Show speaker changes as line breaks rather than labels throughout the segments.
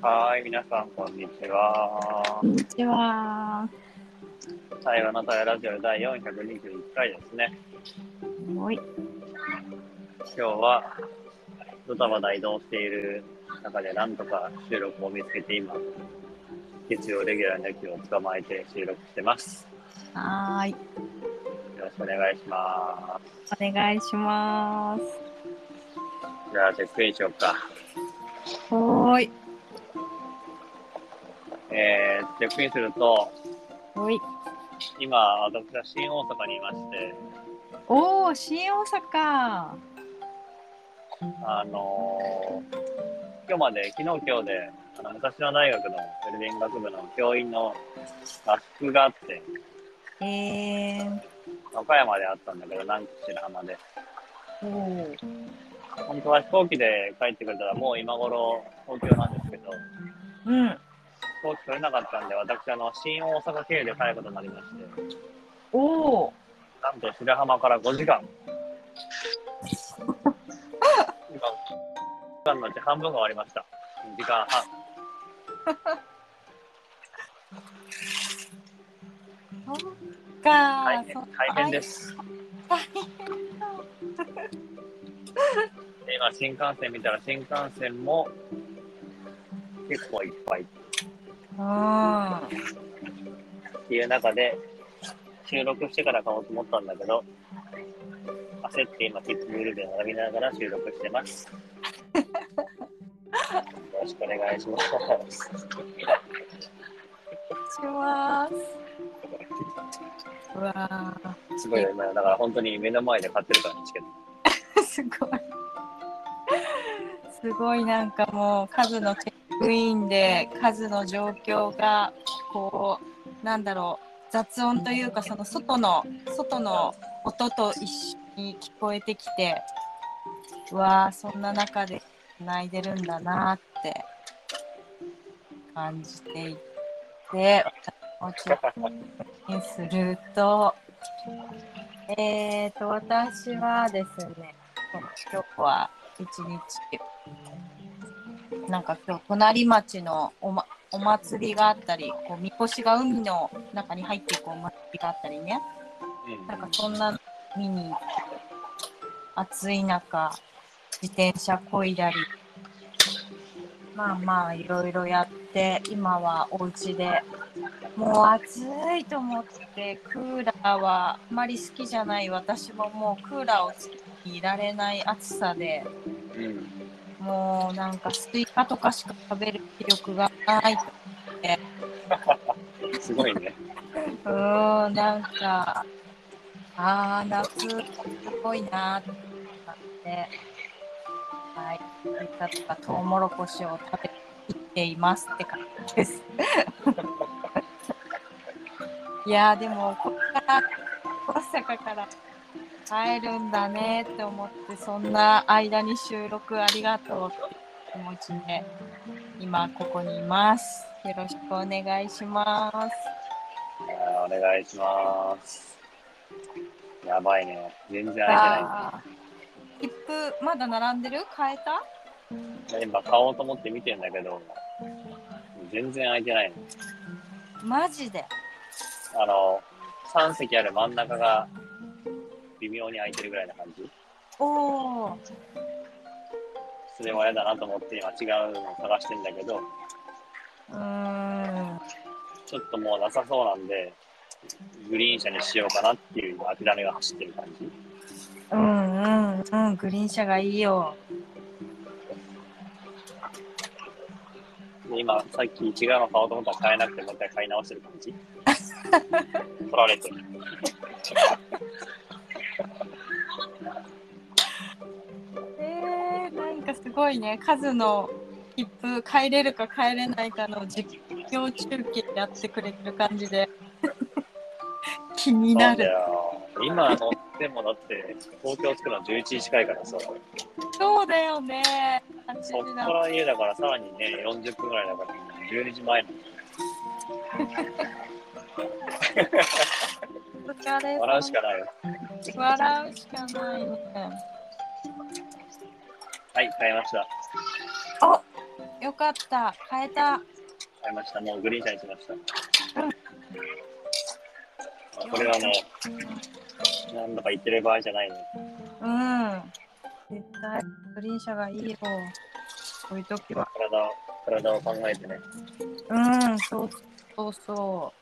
はい、皆さん、こんにちは。
こんにちは。
対話の対話ラジオ第421回ですね。
おい。
今日は、ドタバタ移動している中で、なんとか収録を見つけて、今、月曜レギュラーの駅を捕まえて収録してます。
はーい。
よろしくお願いしま
お願いします。
す。じゃあ、チェックインしようか。
はーい。
えー、チェックインすると、
おい。
今、私は新大阪にいまして、
おー、新大
あのー今日まで、昨日今日で、あの昔の大学のウェルビング学部の教員の合宿があって、
阪。えー。
岡山であったんだけど、南紀白浜で。
おー。
本当は飛行機で帰ってくれたら、もう今頃東京なんですけど、
うん。
飛行機取れなかったんで、私、あの、新大阪経由で帰ることになりまして、
おー。
なんと白浜から5時間。今、時間のうち半分が終わりました。2時間半。
そっかー。
大変
そ、
大変です。で 今、新幹線見たら、新幹線も結構いっぱい
うん。
っていう中で、収録してから買おうと思ったんだけど、焦って今、キッズブルーで並びながら収録してます。よろしくお願いします。
します。うわ
すごいよ、今、だから本当に目の前で買ってるから、チケット。
ー。 すごい。すごいなんかもう数のチェックインで数の状況がこうなんだろう雑音というかその外の外の音と一緒に聞こえてきてうわあそんな中で泣いてるんだなって感じていて私もチェックインするとえーと私はですね今日は一日なんか今日隣町のお,、ま、お祭りがあったりこうみこしが海の中に入っていくお祭りがあったりね
うん
なんかそんなの見に行って暑い中自転車こいだりまあまあいろいろやって今はお家でもう暑いと思ってクーラーはあまり好きじゃない私ももうクーラーをつけていられない暑さで
うん。
もうなんかスイカとかしか食べる気力がないと
すごいね。
うーんなんかあー夏っぽいなーって感じではいスイカとかトウモロコシを食べていますって感じです いやーでもここから大阪から会えるんだねって思ってそんな間に収録ありがとうって気持ちで今ここにいますよろしくお願いします
あーお願いします。やばいね。全然空いて
あー切符まだ並んでる変えた
ない。今、買おうと思って見てんだけど、全然空いてないの。
マジで
あの、3席ある真ん中が微妙に空いてるぐらいな感じ。
おお
それは嫌だなと思って今違うのを探してんだけど、
うーん
ちょっともうなさそうなんで、グリーン車にしようかなっていう諦めが走ってる感じ。
うんうんうんグリーン車がいいよ
で今、さっき違うの買おうと思ったら買えなくて、もう一回買い直してる感じ。取られてる。
えー、なんかすごいね数の切符帰れるか帰れないかの実況中継やってくれてる感じで 気に
そ
な
うだ
る
よ。今乗ってもだって、東京着くの11時近いからさ、そっ
そうだよね8時
か
だ
ら家だからさらにね、40分ぐらいだから、12時前に。
お疲れ様
笑うしかないよ。
笑うしかないね
はい、買いました。
あよかった。変えた。
買いました。もうグリーン車にしました。あこれはね、なんだか言ってる場合じゃないの。
うん。絶対、グリーン車がいいよ。こういう時は。
体を、体を考えてね。
うん、そうそうそ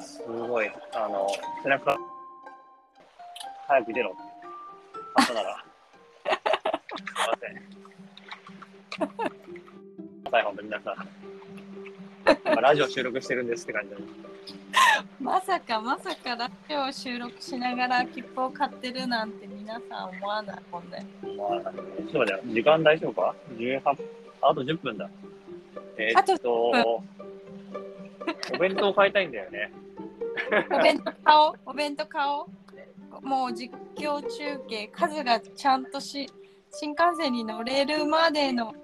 すごい、あの、背中、早く出ろ。あとなら。 すいません。はい、本当に皆さん。今ラジオ収録してるんですって感じなんです。
う。まさかまさかラジオを収録しながら切符を買ってるなんて皆さん思わないもんね。
まあ、なんかねそうだよ。時間大丈夫か ?18、あと10分だ。えー
あと
っと、お弁当買いたいんだよね。
お弁当買おう、お弁当買おう。もう実況中継、カズがちゃんとし新幹線に乗れるまでの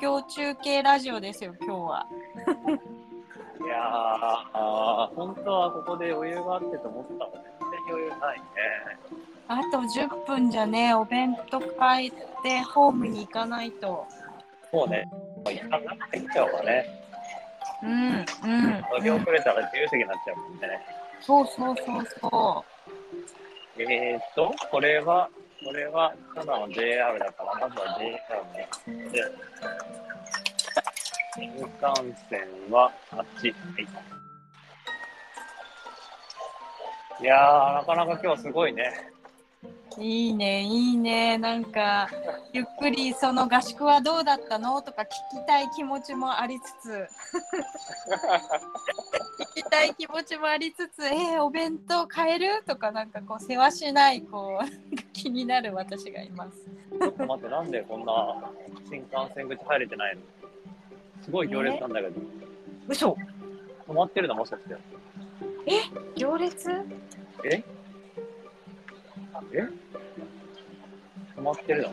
実況中継ラジオですよ、今日は。
いやー、あー本当はここで余裕があってと思ったのね。全然余裕ないね。
あと10分じゃね、お弁当買ってホームに行かないと。
そうね。まあ一旦中入っちゃおうわね。
うん、うん、
乗り
うん
遅れたら自由席になっちゃうもんね。
そうそうそうそ
えー、っと、これは、これは、ただの JR だから、まずは JR ね。で新幹線はあっち。はい、いやー、なかなか今日すごいね。
う。いいね、いいね。なんか、ゆっくりその合宿はどうだったのとか聞きたい気持ちもありつつ、聞きたい気持ちもありつつ、えー、お弁当買えるとか、なんかこう、世話しない、こう、なん か気になる私がいます。
ちょっと待って、なんでこんな新幹線口入れてないのすごい行列なんだけど、
嘘
止まってるのもしかして。
行列
えあえ止まってるの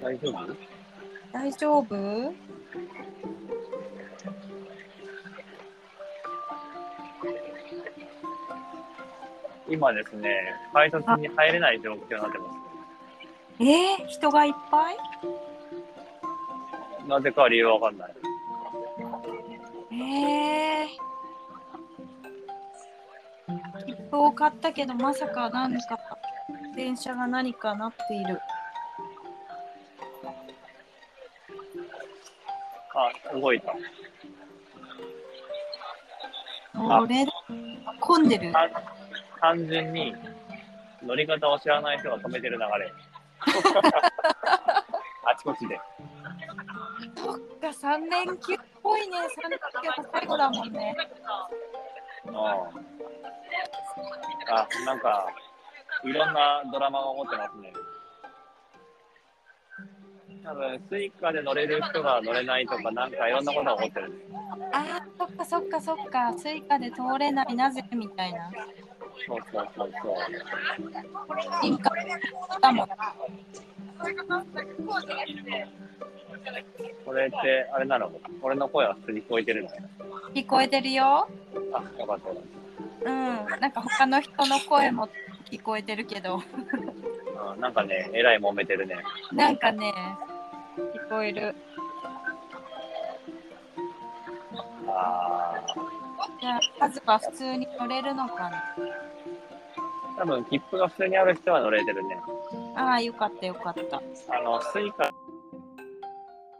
大丈夫
大丈夫
今ですね、改札に入れない状況になってま
えー、人がいっぱい
す。なぜかは理由はわかんない。
えー、切符を買ったけどまさか何か電車が何かなっている
あ、動いた。
これ混んでる
単単純に乗り方を知らない人が止めてる流れ。 あちこちで。
そっか3連休っぽいね3連休が最後だもんね
うん。あ、なんか、いろんなドラマが起こってますね。多分、スイカで乗れる人が乗れないとか、なんかいろんなことが起こってるね。
あーそっかそっかそっかスイカで通れないなぜみたいな
そうそうそうそう。
進化だもん
これって、あれなの俺の声は普通に聞こえてるの
聞こえてるよ
あ、よかったよかっ
うんなんか他の人の声も聞こえてるけど
た。うん、なんかね、えらい揉めてるね。
なんかね聞こえる
あ
じゃあ、数は普通に乗れるのかな。
ー多分、切符が普通にある人は乗れてるね。
ああ、よかったよかった。あ
あの、スイカ、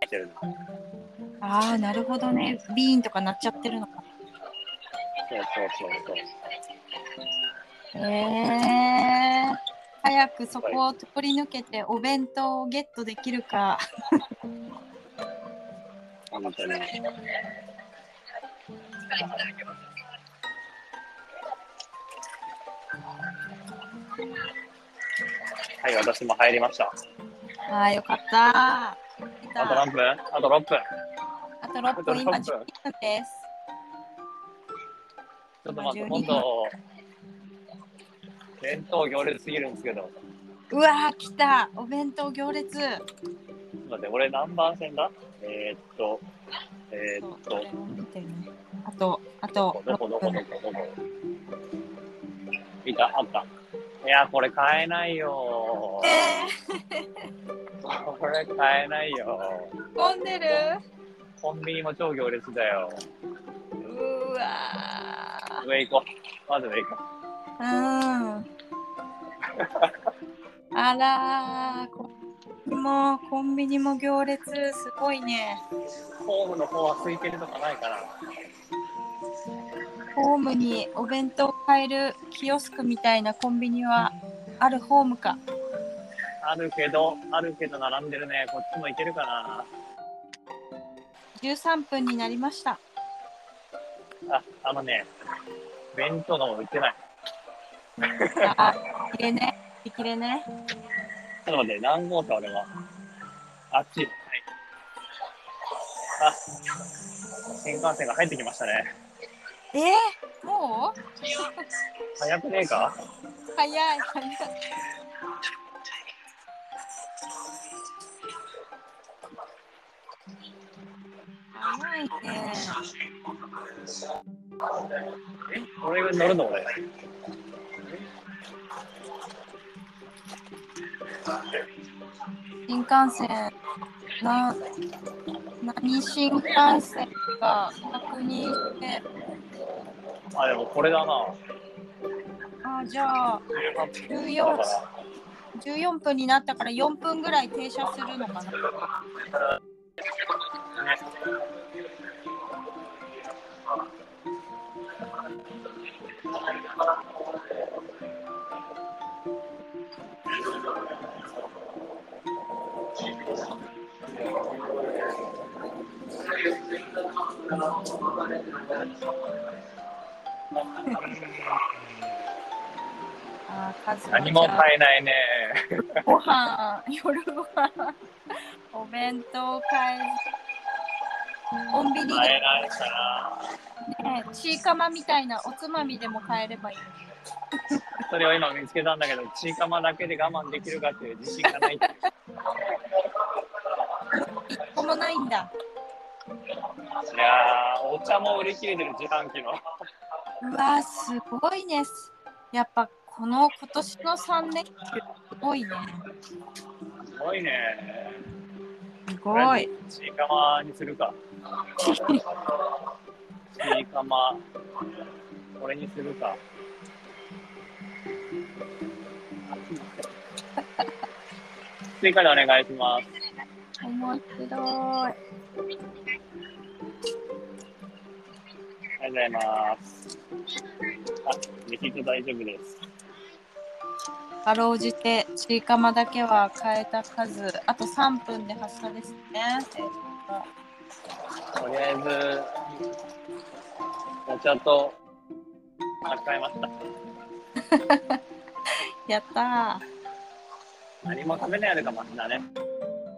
てるの。
あ、なるほどね。ビーンとかなっちゃってるのか。
そうそうそうそう。
へえ早くそこを通り抜けてお弁当をゲットできるか。
本当に。はい、私も入りました。
ああ、よかった。来
あと
た
何分あと6分。
あと6分、今
あと6分
10分です。
ちょっと待って、
今12
今度、弁当行列すぎるんですけど、ちょっ
うわー、来た。お弁当行列。
と待って、俺何番線だえー、っと、えー、
そ
っ
うこれ
と、
を見てねあと、あと
どこどこどこどこ。いた、あった。いや、これ買えないよ。これ買えないよ。
混んでる
コンビニも超行列だよ。
うわ
上行こう。まず上行こ
ーうんあらーこもうコンビニも行列すごいね
う。ホームの方は空いてるとかないかな。
ホームにお弁当を買えるキオスクみたいなコンビニはあるホームか
あるけど、あるけど並んでるね。こっちも行けるかな。
13分になりました
あ、あのね、弁当がもう売ってない。
あー、きれね。きれね。
ちょっと待って、何号車俺は。あっち。はい。あ、新幹線が入ってきましたね。
えー、もう
早くねえか
早い早い。早いね。
え俺が乗るの俺。
新幹線、な、何新幹線か確認して、
あ、でもこれだな。
あ、じゃあ、
14だか
14分になったから4分ぐらい停車するのかな。
ら、ね。
あー、数
何も買えないね。
ご飯、夜ご飯、お弁当買えず、コンビニ で
買えないかな。
ね、チーカマみたいなおつまみでも買えればいい。
それを今見つけたんだけど、チーカマだけで我慢できるかっていう自信がない。
一個もないんだ。
いやー、お茶も売り切れてる自販機の。
うわー、すごいね。やっぱこの今年の3年ってすごいね。
すごいね。
すごい。
チーカマにするか。チーカマ。これにするか。追加でお願いします。
面白い。
ありがとうございます。あ、リキッド大丈夫です。
かろうじてチーカマだけは買えた数、あと3分で発車ですね。
とりあえず、お茶と、あ、買いました。
やったー。
何も食べないよりかマシだね。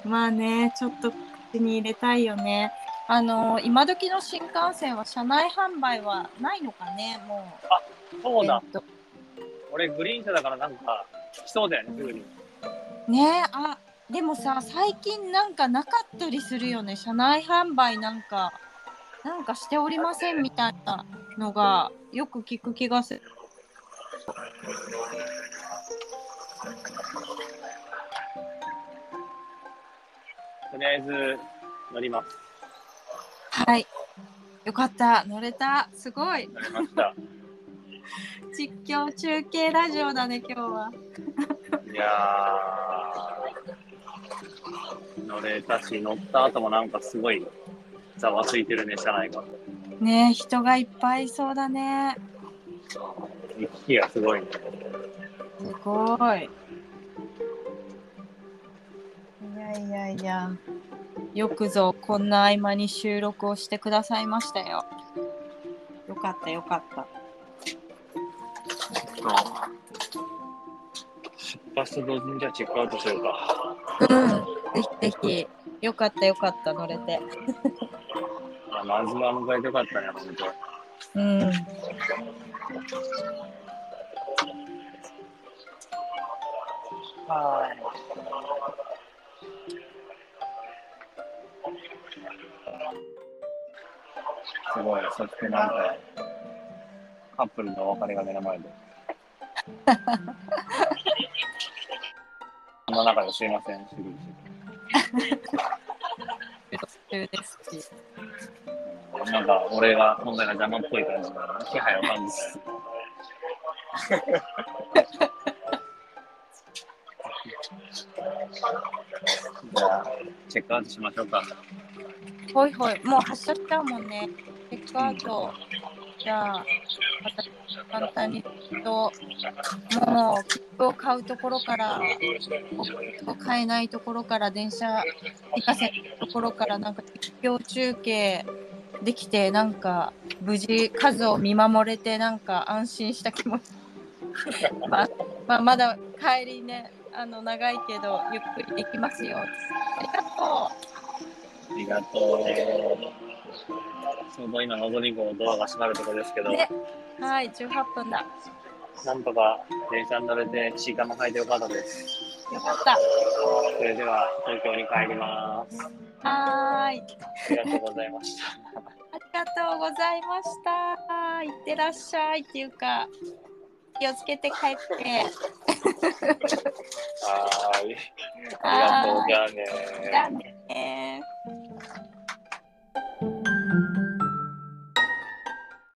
まあね、ちょっと口に入れたいよね。あのー今時の新幹線は車内販売はないのかね、もう。
そうだ。
えっと
俺、グリーン車だからなんか、来そうだよね、すぐに。
ねえ、あ、でもさ、最近なんかなかったりするよね、車内販売なんか。なんかしておりませんみたいなのがよく聞く気がする。
とりあえず、乗ります。
はい。よかった、乗れた、すごい。
乗りました。
実況中継ラジオだね、今日は。
いやー、乗れたし、乗った後もなんかすごい、ざわついてるね、車内が。
ねえ、人がいっぱいいそうだね。
行き来がすごいね。
すごい。いやいやいや。よくぞこんな合間に収録をしてくださいましたよ。よかったよかった。
出発と同時にじゃあチェックアウトしようか。
ぜひぜひ。よかったよかった乗れて。
いやまずは迎えてよかったね、本当。
うん。
はい。すごい、そしてなんか、カップルのお別れが目の前で。 そんな中ですいません、すぐに
中ですし。
なんか俺が本体が邪魔っぽい感じが気配を感じつつ。 じゃあ、チェックアウトしましょうか。
ほいほい、もう発車しちゃうもんね。チェックアウト。じゃあ、私簡単に言うと、もう切符を買うところから、買えないところから、電車行かせるところから、なんか実況中継できて、なんか無事数を見守れて、なんか安心した気持ち。 まあ、まあ、まだ帰りね、あの長いけど、ゆっくりできますよ。ありがとう。
ありがとう。ちょうど今、のぞり号のドアが閉まるところですけど、
ねはい、18分だ。よ
なんとか電車に乗れて、シーカも履いてよかったです。
かった。
それでは、東京に帰ります。
はー
あ
い。
りがとうございました。
ありがとうございました。いってらっしゃいっていうか、気をつけて帰って。
はーい。ありがとう。
はー
じ
い。
ゃあね
じゃあねー。